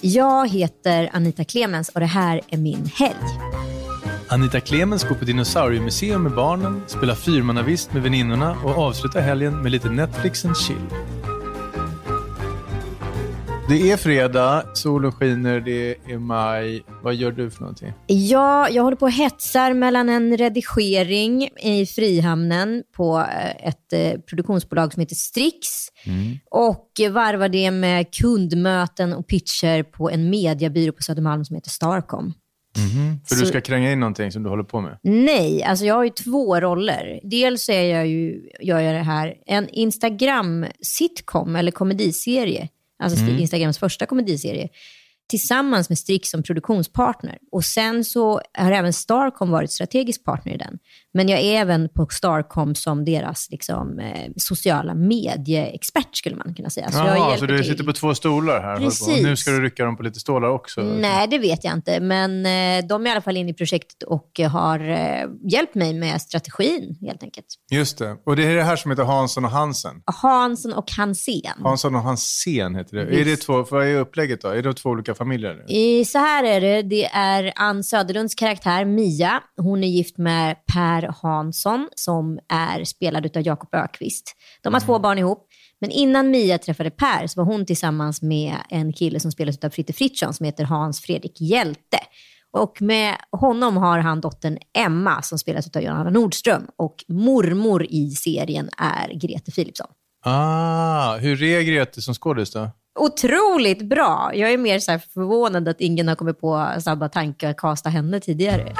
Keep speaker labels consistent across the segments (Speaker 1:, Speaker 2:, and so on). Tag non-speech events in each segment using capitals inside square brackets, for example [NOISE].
Speaker 1: Jag heter Anita Clemens och det här är min helg.
Speaker 2: Anita Clemens går på dinosauriemuseum med barnen, spelar fyrmannavist med väninnorna och avslutar helgen med lite Netflix and chill. Det är fredag, solen skiner, det är maj. Vad gör du för någonting?
Speaker 1: Ja, jag håller på och hetsar mellan en redigering i Frihamnen på eh, ett eh, produktionsbolag som heter Strix och varvar det med kundmöten och pitcher på en mediebyrå på Södermalm som heter Starcom.
Speaker 2: För
Speaker 1: Så-
Speaker 2: du ska kränga in någonting som du håller på med.
Speaker 1: Nej, alltså jag har ju två roller. Dels är jag ju, gör jag det här, en Instagram-sitcom eller komediserie, alltså
Speaker 2: Mm.
Speaker 1: Instagrams första komediserie, tillsammans med Strix som produktionspartner. Och sen så har även Starcom varit strategisk partner i den. Men jag är även på Starcom som deras liksom, eh, sociala medieexpert skulle man kunna säga. jag
Speaker 2: Jaha, så
Speaker 1: hjälper
Speaker 2: du
Speaker 1: till.
Speaker 2: sitter på två stolar här. håller på.
Speaker 1: Precis.
Speaker 2: Nu ska du rycka dem på lite stålar också.
Speaker 1: Nej, det vet jag inte. Men eh, de är i alla fall inne i projektet och eh, har eh, hjälpt mig med strategin helt enkelt.
Speaker 2: Just det. Och det är det här som heter Hansson och Hansen.
Speaker 1: Hansen och Hansén.
Speaker 2: Hansson och Hansen heter det. Är det två, vad är upplägget då? Är det två olika familjer? nu?
Speaker 1: I, så här är det, det är Ann Söderlunds karaktär Mia. Hon är gift med Per Hansson som är spelad av Jakob Ökvist. De har två barn ihop. Men innan Mia träffade Per så var hon tillsammans med en kille som spelas av Fritte Fritzson som heter Hans Fredrik Hjälte. Och med honom har han dottern Emma som spelas av Johanna Nordström. Och mormor i serien är Grete Philipsson.
Speaker 2: Ah, hur är Grete som skådis då?
Speaker 1: Otroligt bra. Jag är mer så här förvånad att ingen har kommit på samma tanke att kasta henne tidigare.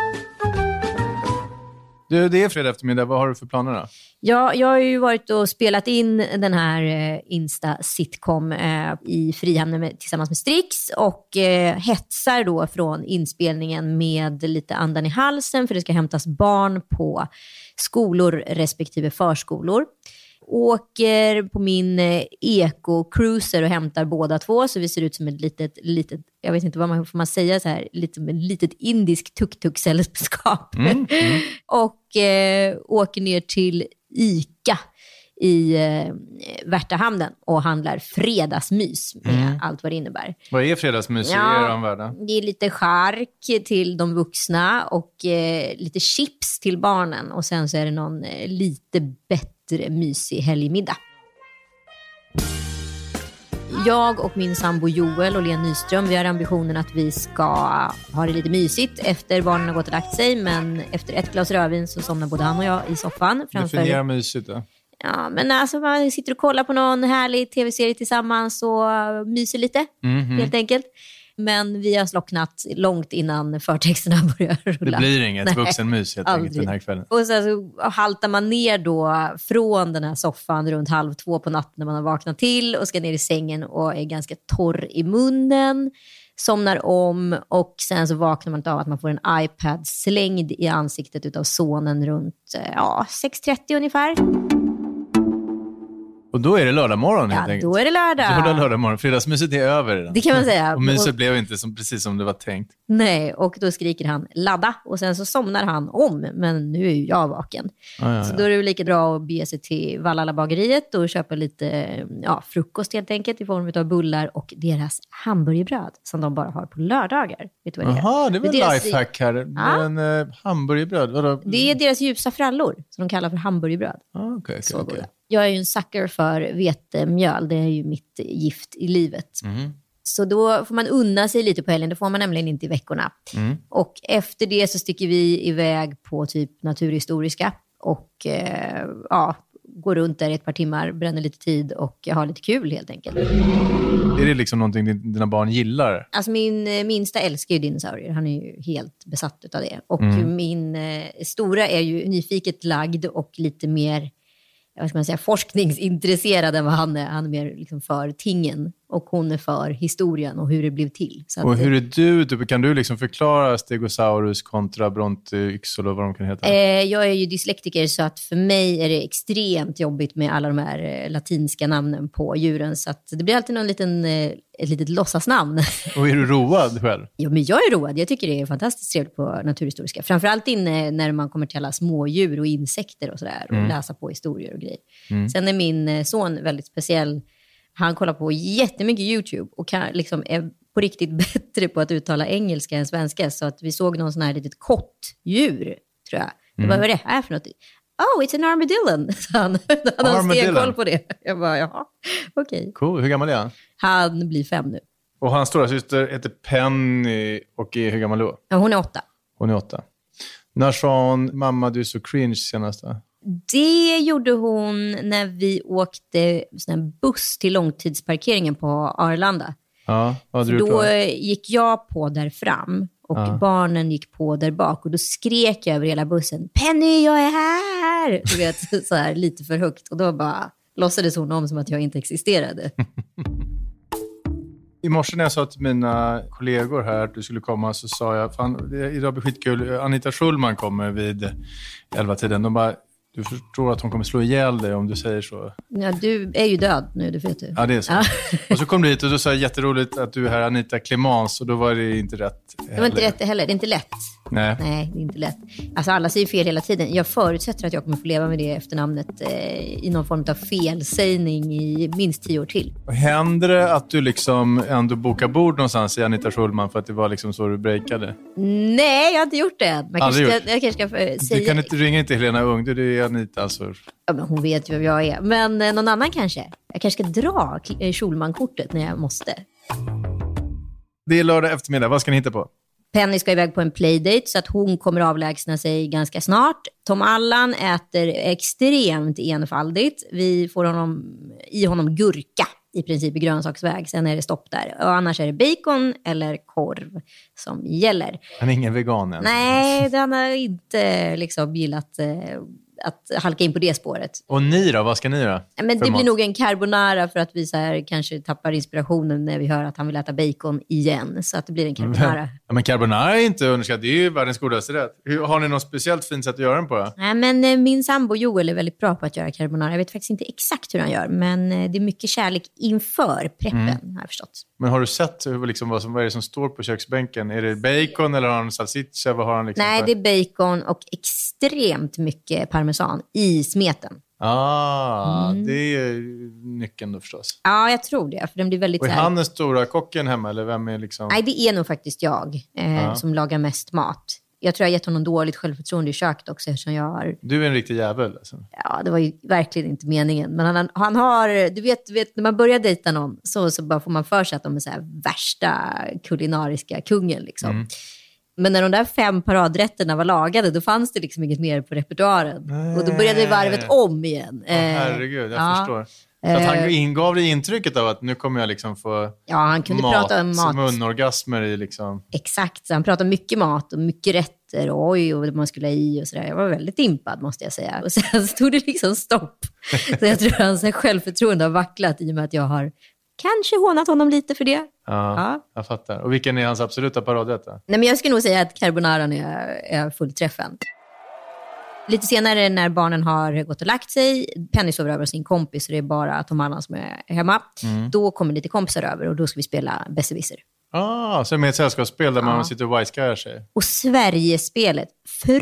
Speaker 2: Du, det är fredag eftermiddag. Vad har du för planer då?
Speaker 1: Jag, jag har ju varit och spelat in den här eh, Insta-sitcom eh, i Frihamnen med, tillsammans med Strix och eh, hetsar då från inspelningen med lite andan i halsen för det ska hämtas barn på skolor respektive förskolor. Åker på min eh, eco-cruiser och hämtar båda två så vi ser ut som ett litet, litet jag vet inte vad man får man säga så här, lite som ett litet indiskt tuk-tuk-sällskap
Speaker 2: Mm.
Speaker 1: mm. och eh, åker ner till ICA i eh, Värtahamnen och handlar fredagsmys med allt vad det innebär.
Speaker 2: [LAUGHS] Vad är fredagsmys i
Speaker 1: Ja.
Speaker 2: er värld?
Speaker 1: Det är lite chark till de vuxna och eh, lite chips till barnen och sen så är det någon eh, lite bättre mysig helgmiddag. Jag och min sambo Joel och Len Nyström, vi har ambitionen att vi ska ha det lite mysigt efter barnen har gått och lagt sig. Men efter ett glas rödvin så somnar både han och jag i soffan framför
Speaker 2: Definiera mysigt då.
Speaker 1: Ja, men alltså man sitter och kollar på någon härlig tv-serie tillsammans och eh, myser lite,
Speaker 2: Mm.
Speaker 1: helt enkelt. Men vi har slocknat långt innan förtexterna [LAUGHS] börjar
Speaker 2: Det
Speaker 1: rulla.
Speaker 2: blir inget
Speaker 1: Nej,
Speaker 2: vuxenmys helt enkelt
Speaker 1: aldrig.
Speaker 2: den här kvällen.
Speaker 1: Och sen så haltar man ner då från den här soffan runt halv två på natten när man har vaknat till och ska ner i sängen och är ganska torr i munnen, somnar om och sen så vaknar man av att man får en iPad slängd i ansiktet utav sonen runt eh, ja, 6.30 ungefär.
Speaker 2: Och då är det lördag morgon helt
Speaker 1: Ja,
Speaker 2: enkelt.
Speaker 1: då är det
Speaker 2: [LAUGHS] Då är det lördag morgon. Fredagsmyset är över redan.
Speaker 1: Det kan man säga.
Speaker 2: Och myset
Speaker 1: Och-
Speaker 2: blev inte som, precis som det var tänkt.
Speaker 1: Nej, och då skriker han ladda och sen så somnar han om, men nu är ju jag vaken.
Speaker 2: Ja, ja,
Speaker 1: Så
Speaker 2: ja.
Speaker 1: då är det väl lika bra att bege sig till Valhalla-bageriet och köpa lite ja, frukost helt enkelt i form av bullar och deras hamburgerbröd som de bara har på lördagar. Vet du vad det är?
Speaker 2: Jaha, det var
Speaker 1: Men deras-
Speaker 2: lifehack här.
Speaker 1: Ja.
Speaker 2: Men eh, hamburgerbröd, vadå?
Speaker 1: Det är deras ljusa frallor som de kallar för hamburgerbröd.
Speaker 2: Ah, okej, okej,
Speaker 1: Så
Speaker 2: okej.
Speaker 1: goda. Jag är ju en sucker för vetemjöl. Det är ju mitt gift i livet.
Speaker 2: Mm,
Speaker 1: Så då får man unna sig lite på helgen. Det får man nämligen inte i veckorna.
Speaker 2: mm.
Speaker 1: Och efter det så sticker vi iväg på typ Naturhistoriska och eh, ja, går runt där i ett par timmar, bränner lite tid och har lite kul helt enkelt.
Speaker 2: Är det liksom någonting din- dina barn gillar?
Speaker 1: Alltså min eh, minsta älskar ju dinosaurier. Han är ju helt besatt av det. Och
Speaker 2: Mm.
Speaker 1: min eh, stora är ju nyfiket lagd och lite mer eh, vad ska man säga, forskningsintresserad än vad han är. Han är mer liksom för tingen och hon är för historien och hur det blev till. Så
Speaker 2: Och
Speaker 1: att,
Speaker 2: hur är du? Typ, kan du liksom förklara Stegosaurus kontra Brontyxol och vad de kan heta?
Speaker 1: eh, jag är ju dyslektiker så att för mig är det extremt jobbigt med alla de här eh, latinska namnen på djuren. Så att det blir alltid någon liten, eh, ett litet låtsasnamn. [LAUGHS]
Speaker 2: Och är du road själv?
Speaker 1: Jo, men jag är road. Jag tycker det är fantastiskt trevligt på Naturhistoriska. Framförallt inne när man kommer till alla smådjur och insekter och sådär. Och läsa på historier och grejer. Sen är min eh, son väldigt speciell. Han kollar på jättemycket YouTube och kan, liksom är på riktigt [LAUGHS] bättre på att uttala engelska än svenska. Så att vi såg någon sån här litet kottdjur, tror jag. Jag bara, vad är det här för något? Oh, it's an armadillo, [LAUGHS] sa han. Då hade han
Speaker 2: Armadillo.
Speaker 1: stenkoll på det. Jag bara, jaha, okej.
Speaker 2: Cool. Hur gammal är han?
Speaker 1: Han blir fem nu.
Speaker 2: Och hans stora syster heter Penny och är hur gammal då?
Speaker 1: Ja, hon är åtta.
Speaker 2: Hon är åtta. När sa hon “mamma, du är så cringe” senast? då?
Speaker 1: Det gjorde hon när vi åkte sån här buss till långtidsparkeringen på Arlanda.
Speaker 2: Ja, vad hade du gjort
Speaker 1: Då
Speaker 2: då?
Speaker 1: eh, gick jag på där fram och
Speaker 2: Ja.
Speaker 1: barnen gick på där bak. Och Då skrek jag över hela bussen, Penny jag är här! Du vet, [LAUGHS] så här, lite för högt. Och Då bara låtsades hon om som att jag inte
Speaker 2: [LAUGHS]
Speaker 1: existerade.
Speaker 2: I morse när jag sa till mina kollegor här att du skulle komma så sa jag fan, det- idag blir skitkul. Anita Schulman kommer vid elva-tiden. De bara, du förstår att hon kommer slå ihjäl dig om du säger så.
Speaker 1: Ja, du är ju död nu, det vet du.
Speaker 2: Ja, det är så.
Speaker 1: Ja.
Speaker 2: [LAUGHS] Och så kom du hit och då sa jag jätteroligt att du är här, Anita Clemans, och då var det inte rätt.
Speaker 1: Det var inte rätt heller. Det är inte lätt.
Speaker 2: Nej.
Speaker 1: Nej, det är inte lätt. Alltså, alla säger fel hela tiden. Jag förutsätter att jag kommer få leva med det efternamnet eh, i någon form av felsägning i minst tio år till.
Speaker 2: Och Händer det att du liksom ändå bokar bord någonstans i Anita Schulman för att det var liksom så du breakade?
Speaker 1: Nej, jag har inte gjort det än. Man kanske
Speaker 2: Aldrig
Speaker 1: ska, jag kanske ska eh,
Speaker 2: Du
Speaker 1: säga...
Speaker 2: kan inte ringa inte Helena Ung, du, det är Anita alltså.
Speaker 1: Ja, men hon vet ju vem jag är. Men eh, någon annan kanske. Jag kanske ska dra K- eh, Schulman-kortet när jag måste.
Speaker 2: Det är lördag eftermiddag, vad ska ni hitta på?
Speaker 1: Penny ska iväg på en playdate så att hon kommer avlägsna sig ganska snart. Tom Allan äter extremt enfaldigt. Vi får honom, i honom gurka i princip i grönsaksväg. Sen är det stopp där. Och annars är det bacon eller korv som gäller.
Speaker 2: Han är ingen vegan än.
Speaker 1: Nej, den har inte liksom gillat eh, att halka in på det spåret.
Speaker 2: Och ni då, vad ska ni göra?
Speaker 1: Men
Speaker 2: för
Speaker 1: det
Speaker 2: mat?
Speaker 1: blir nog en carbonara för att vi så här kanske tappar inspirationen när vi hör att han vill äta bacon igen. Så att det blir en carbonara.
Speaker 2: Ja, men carbonara är inte underskattat. Det är ju världens godaste rätt. Hur, har ni något speciellt fint sätt att göra den på? då?
Speaker 1: Nej, men eh, min sambo Joel är väldigt bra på att göra carbonara. Jag vet faktiskt inte exakt hur han gör, men eh, det är mycket kärlek inför preppen,
Speaker 2: Mm.
Speaker 1: har jag förstått.
Speaker 2: Men har du sett hur, liksom, vad, som, vad är det som står på köksbänken? Är det bacon eller har han salsiccia? Vad har han liksom
Speaker 1: Nej,
Speaker 2: för-
Speaker 1: det är bacon och extremt mycket parmesan i smeten.
Speaker 2: Ah,
Speaker 1: Mm.
Speaker 2: det är ju nyckeln då förstås.
Speaker 1: Ja, jag tror det, för den blir väldigt
Speaker 2: Och är
Speaker 1: så här...
Speaker 2: han den stora kocken hemma eller vem är liksom...
Speaker 1: Nej, det är nog faktiskt jag eh,
Speaker 2: Ja.
Speaker 1: som lagar mest mat. Jag tror jag har gett honom dåligt självförtroende i köket också eftersom jag har
Speaker 2: Du är en riktig jävel. Alltså.
Speaker 1: ja, det var ju verkligen inte meningen. Men han, han har, du vet, du vet när man börjar dejta någon så, så bara får man för sig att de är så här värsta kulinariska kungen. Liksom.
Speaker 2: Mm.
Speaker 1: Men när de där fem paradrätterna var lagade, då fanns det liksom inget mer på repertoaren.
Speaker 2: Nej.
Speaker 1: Och då började varvet om igen. Eh,
Speaker 2: Ja, herregud, jag
Speaker 1: ja. Eh,
Speaker 2: förstår. Så att han ingav dig intrycket av att nu kommer jag liksom få
Speaker 1: Ja, han kunde
Speaker 2: mat,
Speaker 1: prata om mat.
Speaker 2: munorgasmer i liksom...
Speaker 1: Exakt, så han pratade mycket mat och mycket rätter och oj och vad man skulle ha i och sådär. Jag var väldigt impad måste jag säga. Och sen stod det liksom stopp. Så jag tror hans självförtroende har vacklat i och med att jag har kanske hånat honom lite för det.
Speaker 2: Ja,
Speaker 1: Ja.
Speaker 2: jag fattar. Och vilken är hans absoluta paradrätt? då?
Speaker 1: Nej, men jag skulle nog säga att carbonaran är, är fullträffen. Lite senare när barnen har gått och lagt sig, Penny sover över hos sin kompis och det är bara Tom Allan som är hemma. Då kommer lite kompisar över och då ska vi spela besserwisser.
Speaker 2: Ah, så det är med ett sällskapsspel där
Speaker 1: Ja.
Speaker 2: man sitter och whiteskyar sig.
Speaker 1: Och Sverigespelet,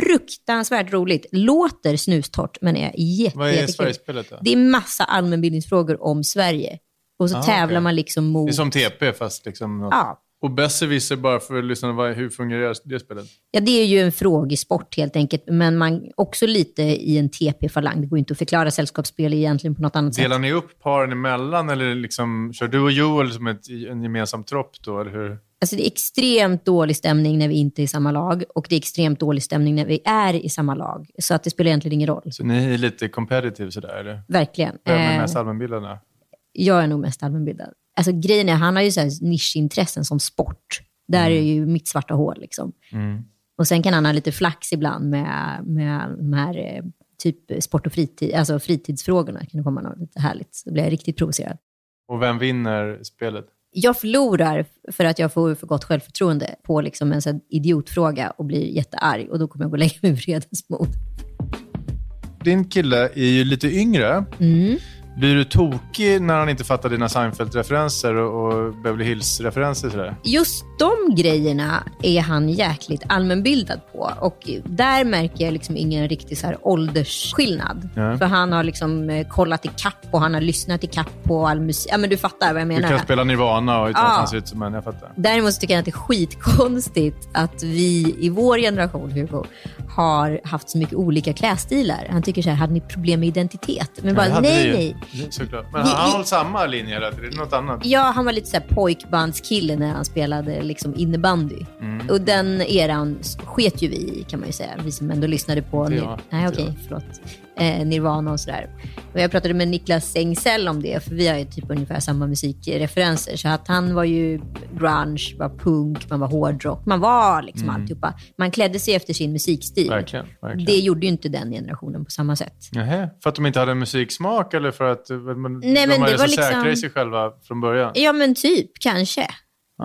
Speaker 1: fruktansvärt roligt. Låter snustort, men är jätte,
Speaker 2: Vad är
Speaker 1: jättekul.
Speaker 2: Sverigespelet då?
Speaker 1: Det är massa allmänbildningsfrågor om Sverige. Och så
Speaker 2: Ah,
Speaker 1: tävlar
Speaker 2: okej.
Speaker 1: man liksom
Speaker 2: Det är
Speaker 1: mot...
Speaker 2: som TP fast liksom... Något.
Speaker 1: Ja.
Speaker 2: Och besserwisser, bara för att lyssna, vad- hur fungerar det spelet?
Speaker 1: ja, det är ju en frågesport helt enkelt, men man också lite i en TP-falang. Det går ju inte att förklara sällskapsspel egentligen på något annat sätt.
Speaker 2: Delar ni upp paren emellan eller liksom, kör du och Joel som ett, en gemensam tropp då? Eller hur?
Speaker 1: Alltså det är extremt dålig stämning när vi inte är i samma lag och det är extremt dålig stämning när vi är i samma lag. Så att det spelar egentligen ingen roll.
Speaker 2: Så ni är lite competitive sådär? Eller?
Speaker 1: Verkligen.
Speaker 2: Vem är
Speaker 1: Eh,
Speaker 2: mest allmänbildande?
Speaker 1: jag är nog mest allmänbildad. Alltså, grejen är, han har ju så här nischintressen som sport. Där är ju mitt svarta hål. Liksom.
Speaker 2: Mm.
Speaker 1: Och sen kan han ha lite flax ibland med, med de här eh, typ sport och fritid, alltså fritidsfrågorna. Kan det komma något lite härligt? Så blir jag riktigt provocerad.
Speaker 2: Och vem vinner spelet?
Speaker 1: Jag förlorar för att jag får för gott självförtroende på liksom en sån här idiotfråga och blir jättearg. Och då kommer jag gå och lägga mig i vredesmod.
Speaker 2: Din kille är ju lite yngre.
Speaker 1: Mm.
Speaker 2: Blir du tokig när han inte fattar dina Seinfeld-referenser och och Beverly Hills-referenser? Sådär?
Speaker 1: Just de grejerna är han jäkligt allmänbildad på och där märker jag liksom ingen riktig så här åldersskillnad.
Speaker 2: Nej.
Speaker 1: För han har liksom eh, kollat i kapp och han har lyssnat i kapp på all musik. Ja, men du fattar vad jag
Speaker 2: Du
Speaker 1: menar.
Speaker 2: kan spela Nirvana och utan
Speaker 1: Ja.
Speaker 2: att han ser ut som en. Jag fattar.
Speaker 1: Däremot så tycker jag att det är skitkonstigt att vi i vår generation, Hugo, har haft så mycket olika klädstilar. Han tycker så här, hade ni problem med identitet? Men bara,
Speaker 2: Det hade
Speaker 1: nej,
Speaker 2: vi ju.
Speaker 1: nej.
Speaker 2: Såklart.
Speaker 1: Vi-
Speaker 2: Men han
Speaker 1: vi-
Speaker 2: har hållit samma linje hela tiden. Det är något annat.
Speaker 1: Ja, han var lite så här pojkbandskille när han spelade liksom innebandy.
Speaker 2: Mm.
Speaker 1: Och den eran sket ju vi i, kan man ju säga. Vi som ändå lyssnade på...
Speaker 2: Inte
Speaker 1: Nir-
Speaker 2: jag.
Speaker 1: Nej,
Speaker 2: Inte
Speaker 1: okej, förlåt. Eh, Nirvana och sådär. Och jag pratade med Niklas Engsell om det, för vi har ju typ ungefär samma musikreferenser. Så att han var ju grunge, var punk, man var hårdrock. Man var liksom alltihopa. Man klädde sig efter sin musikstil.
Speaker 2: Mm. Verkligen. verkligen.
Speaker 1: Det gjorde ju inte den generationen på samma sätt.
Speaker 2: Nähä, för att de inte hade en musiksmak eller för att eh, men,
Speaker 1: Nej,
Speaker 2: de
Speaker 1: men
Speaker 2: är
Speaker 1: det
Speaker 2: så
Speaker 1: var
Speaker 2: säkra i
Speaker 1: liksom-
Speaker 2: sig själva från början?
Speaker 1: Ja, men typ, kanske.
Speaker 2: Ja,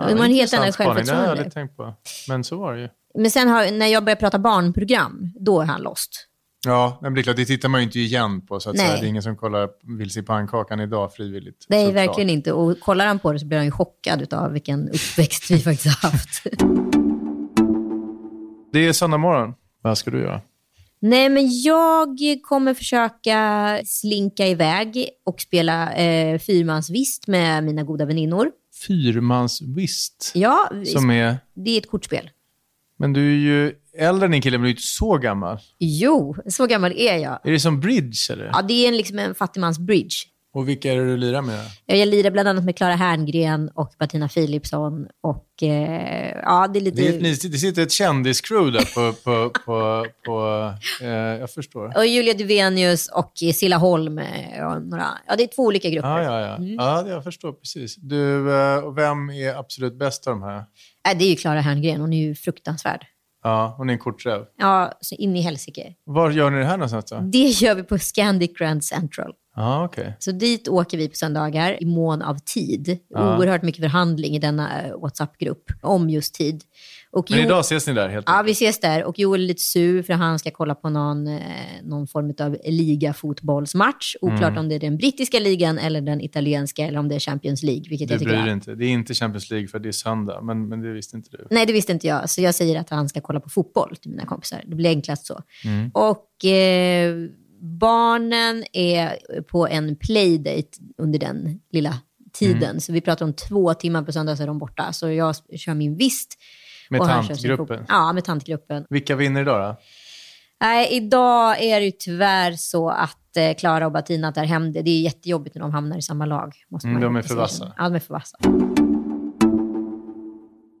Speaker 1: det var en helt
Speaker 2: intressant
Speaker 1: annan
Speaker 2: spaning. Det har jag
Speaker 1: självförtroende.
Speaker 2: aldrig tänkt på. Men så var det ju.
Speaker 1: Men sen har, när jag börjar prata barnprogram, då är han lost.
Speaker 2: Ja, men det är klart, det tittar man ju inte igen på. Så att
Speaker 1: Nej.
Speaker 2: säga. Det är ingen som kollar Vilse i pannkakan idag frivilligt.
Speaker 1: Nej,
Speaker 2: såklart.
Speaker 1: verkligen inte. Och kollar han på det så blir han ju chockad av vilken uppväxt vi faktiskt har haft. [LAUGHS]
Speaker 2: Det är söndag morgon. Vad ska du göra?
Speaker 1: Nej, men jag kommer försöka slinka iväg och spela eh, fyrmansvist med mina goda väninnor.
Speaker 2: Fyrmansvist.
Speaker 1: Ja, vi-
Speaker 2: Som är...
Speaker 1: det är ett kortspel.
Speaker 2: Men du är ju äldre än din kille, men du är inte så gammal.
Speaker 1: Jo, så gammal är jag.
Speaker 2: Är det som bridge, eller?
Speaker 1: Ja, det är en, liksom en fattigmans bridge.
Speaker 2: Och vilka är det du lirar med?
Speaker 1: Jag lirar bland annat med Clara Herngren och Martina Philipsson. Och, eh, ja, det är lite...
Speaker 2: Det, är, ni- det sitter ett kändiscrew där på... på, på, på eh, jag förstår.
Speaker 1: Och Julia Duvenius och Silla Holm. eh, Och några, ja, det är två olika grupper.
Speaker 2: Ja, ja, ja.
Speaker 1: Mm.
Speaker 2: ja, det- jag förstår precis. Du, eh, och vem är absolut bäst av de här?
Speaker 1: Nej, Äh, det är ju Clara Herngren. Hon är ju fruktansvärd.
Speaker 2: Ja, hon är en korträv.
Speaker 1: Ja, så in i helsike.
Speaker 2: Var gör ni det här någonstans då?
Speaker 1: Det gör vi på Scandic Grand Central.
Speaker 2: Ja, okej.
Speaker 1: Så dit åker vi på söndagar i mån av tid.
Speaker 2: Ja.
Speaker 1: Oerhört mycket förhandling i denna eh, WhatsApp-grupp om just tid. Och
Speaker 2: Men
Speaker 1: Joel-
Speaker 2: idag ses ni där helt
Speaker 1: Ja,
Speaker 2: enkelt?
Speaker 1: vi ses där. Och Joel är lite sur för han ska kolla på någon, eh, någon form av ligafotbollsmatch. Oklart
Speaker 2: Mm.
Speaker 1: om det är den brittiska ligan eller den italienska eller om det är Champions League, vilket
Speaker 2: Du
Speaker 1: jag tycker
Speaker 2: bryr
Speaker 1: är-
Speaker 2: dig inte. Det är inte Champions League för det är söndag, men, men det visste inte du.
Speaker 1: Nej, det visste inte jag. Så jag säger att han ska kolla på fotboll till mina kompisar. Det blir enklast så.
Speaker 2: Mm.
Speaker 1: Och eh, barnen är på en playdate under den lilla tiden.
Speaker 2: Mm.
Speaker 1: Så vi pratar om två timmar på söndag så är de borta. Så jag kör min vist.
Speaker 2: Med
Speaker 1: och han kör sin
Speaker 2: tantgruppen?
Speaker 1: fotboll. Ja, med tantgruppen.
Speaker 2: Vilka vinner idag då?
Speaker 1: Nej, idag är det ju tyvärr så att eh, Klara och Batina tar hem det. Det är jättejobbigt när de hamnar i samma lag. Måste
Speaker 2: Mm,
Speaker 1: man ju
Speaker 2: de är
Speaker 1: precis
Speaker 2: för vassa.
Speaker 1: erkänna. Ja, de är för vassa.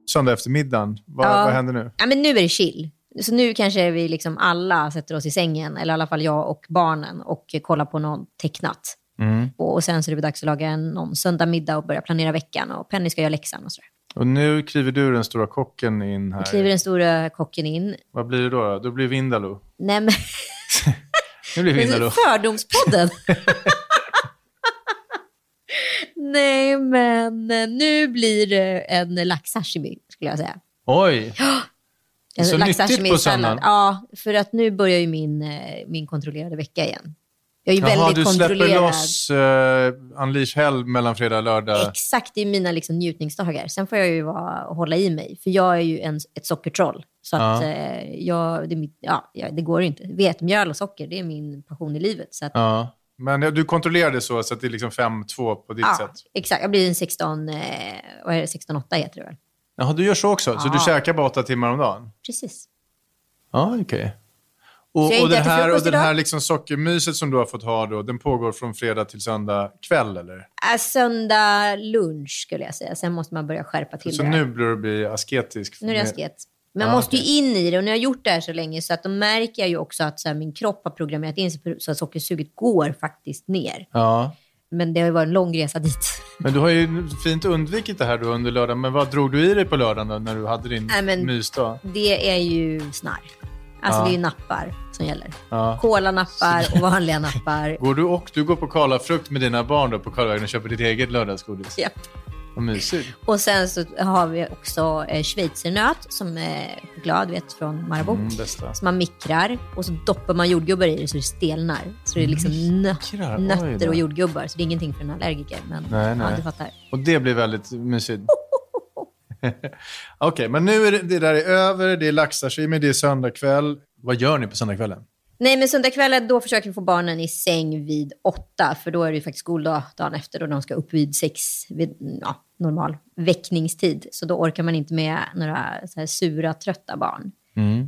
Speaker 2: Söndag eftermiddagen. Vad,
Speaker 1: Ja.
Speaker 2: vad händer nu?
Speaker 1: Ja, men nu är det chill. Så nu kanske vi liksom alla sätter oss i sängen, eller i alla fall jag och barnen, och kollar på någon tecknat.
Speaker 2: Mm.
Speaker 1: Och, och sen så är det dags att laga en- någon söndag middag och börja planera veckan. Och Penny ska göra läxan och sådär.
Speaker 2: Och nu kliver du den stora kocken in här.
Speaker 1: Då kliver den stora kocken in.
Speaker 2: Vad blir det då? Då, då blir Vindaloo.
Speaker 1: Nej, men,
Speaker 2: Nu blir Vindaloo.
Speaker 1: [LAUGHS] Fördomspodden! Nej, men nu blir det en laxsashimi, skulle jag säga.
Speaker 2: Oj! Det är så
Speaker 1: Lax
Speaker 2: nyttigt
Speaker 1: sashimi
Speaker 2: på
Speaker 1: i sallad.
Speaker 2: söndagen.
Speaker 1: Ja, för att nu börjar ju min, eh, min kontrollerade vecka igen. Jag är ju
Speaker 2: Jaha,
Speaker 1: väldigt
Speaker 2: du släpper
Speaker 1: kontrollerad.
Speaker 2: loss eh. uh, Unleash Hell mellan fredag och lördag.
Speaker 1: Exakt, det är mina liksom njutningsdagar. Sen får jag ju vara, hålla i mig, för jag är ju en, ett sockertroll. Så att,
Speaker 2: Ja.
Speaker 1: eh, jag, det, är mitt, ja, jag, det går ju inte. Vetemjöl och socker, det är min passion i livet. Så att,
Speaker 2: Ja. Men ja, du kontrollerar det så, så att det är liksom 5-2 på ditt
Speaker 1: ja,
Speaker 2: sätt?
Speaker 1: exakt. Jag blir en 16, eh, vad är det, 16-8 heter det väl?
Speaker 2: Jaha, du gör så också? Så du
Speaker 1: Ja.
Speaker 2: käkar bara åtta timmar om dagen?
Speaker 1: Precis.
Speaker 2: Ja, okej.
Speaker 1: Så jag
Speaker 2: Och,
Speaker 1: har
Speaker 2: och
Speaker 1: inte
Speaker 2: den
Speaker 1: ätit
Speaker 2: här, och
Speaker 1: frukost
Speaker 2: den
Speaker 1: idag?
Speaker 2: här liksom sockermyset som du har fått ha då, den pågår från fredag till söndag kväll eller?
Speaker 1: Äh, söndag lunch skulle jag säga. Sen måste man börja skärpa till
Speaker 2: så
Speaker 1: det här.
Speaker 2: Alltså, nu blir du bli asketisk.
Speaker 1: Nu är det
Speaker 2: Med-
Speaker 1: asket. Men
Speaker 2: Ja,
Speaker 1: jag måste
Speaker 2: Ah, okej.
Speaker 1: ju in i det och nu har jag gjort det här så länge så att då märker jag ju också att så här, min kropp har programmerat in sig på- så att sockersuget går faktiskt ner.
Speaker 2: Ja.
Speaker 1: Men det har ju varit en lång resa dit. [LAUGHS]
Speaker 2: Men du har ju fint undvikit det här då under lördagen. Men vad drog du i dig på lördagen då, när du hade din
Speaker 1: Nej, men-
Speaker 2: mysdag?
Speaker 1: Det är ju snarr. Alltså
Speaker 2: Ja.
Speaker 1: det är ju nappar som gäller.
Speaker 2: Ja.
Speaker 1: Cola-nappar och vanliga nappar.
Speaker 2: [LAUGHS] Går du och du går på Karlafrukt med dina barn då på Karlavägen och köper ditt eget lördagsgodis?
Speaker 1: Japp.
Speaker 2: Vad mysigt.
Speaker 1: Och sen så har vi också eh, schweizernöt som är choklad, vet, från Marabou.
Speaker 2: Mm, bästa.
Speaker 1: Som man mikrar och så doppar man jordgubbar i det så det stelnar. Så det är liksom
Speaker 2: Mm. Mikrar?
Speaker 1: nö-
Speaker 2: Oj
Speaker 1: nötter
Speaker 2: då.
Speaker 1: och jordgubbar. Så det är ingenting för en allergiker. Men
Speaker 2: Nej, nej.
Speaker 1: Ja, du fattar.
Speaker 2: Och det blir väldigt mysigt. [LAUGHS] Okej, men nu är det, det där är över. Det är laxsashimi, det är söndagkväll. Vad gör ni på söndagskvällen?
Speaker 1: Nej, men söndagskvällen då försöker vi få barnen i säng vid åtta. För då är det ju faktiskt skoldag dagen efter och de ska upp vid sex, vid ja, normal väckningstid. Så då orkar man inte med några så här sura, trötta barn.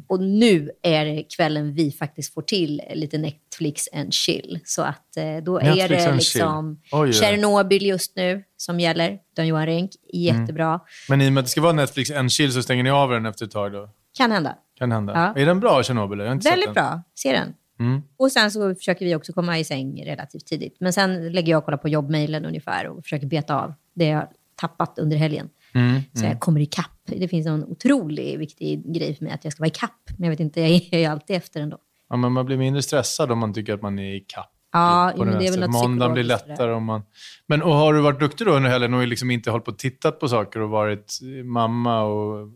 Speaker 1: Och nu är det kvällen vi faktiskt får till lite Netflix and chill. Så att eh, då är
Speaker 2: Netflix
Speaker 1: det
Speaker 2: and
Speaker 1: liksom
Speaker 2: chill. Oj, ja.
Speaker 1: Tjernobyl just nu som gäller. Don Johan Renck,
Speaker 2: Mm.
Speaker 1: jättebra.
Speaker 2: Men i och med att det ska vara Netflix en chill så stänger ni av den efter ett tag då?
Speaker 1: Kan hända.
Speaker 2: Kan hända.
Speaker 1: Ja.
Speaker 2: Är den bra, Tjernobyl? Jag har inte
Speaker 1: Väldigt
Speaker 2: sett den.
Speaker 1: bra, se den.
Speaker 2: Mm.
Speaker 1: Och sen så försöker vi också komma i säng relativt tidigt. Men sen lägger jag och kollar på jobbmailen ungefär och försöker beta av det jag tappat under helgen.
Speaker 2: Mm.
Speaker 1: Så jag kommer i kapp. Det finns en otrolig viktig grej för mig att jag ska vara i kapp. Men jag vet inte, jag är ju alltid efter ändå.
Speaker 2: Ja, men man blir mindre stressad om man tycker att man är i kapp.
Speaker 1: Ja,
Speaker 2: på
Speaker 1: jo, men
Speaker 2: den
Speaker 1: det är väl
Speaker 2: vänster.
Speaker 1: något
Speaker 2: Måndagen blir
Speaker 1: psykologiskt i det.
Speaker 2: lättare om man... Men och har du varit duktig då under helgen och liksom inte hållit på och tittat på saker och varit eh, mamma och...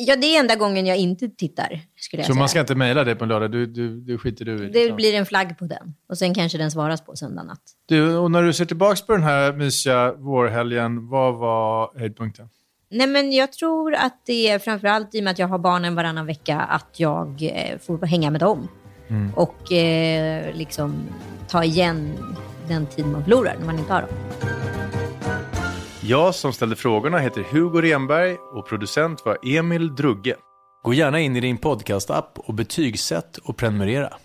Speaker 1: Ja, det är enda gången jag inte tittar, skulle jag
Speaker 2: Så
Speaker 1: säga.
Speaker 2: man ska inte mejla dig på en lördag, du, du, du skiter du i.
Speaker 1: Det
Speaker 2: liksom.
Speaker 1: blir en flagg på den. Och sen kanske den svaras på söndag natt.
Speaker 2: Du, och när du ser tillbaka på den här mysiga vårhelgen, vad var höjdpunkten?
Speaker 1: Nej, men jag tror att det är framförallt i och med att jag har barnen varannan vecka att jag eh, får hänga med dem.
Speaker 2: Mm.
Speaker 1: Och eh, liksom ta igen den tid man förlorar när man inte har dem.
Speaker 2: Jag som ställde frågorna heter Hugo Renberg och producent var Emil Drugge. Gå gärna in i din podcastapp och betygsätt och prenumerera.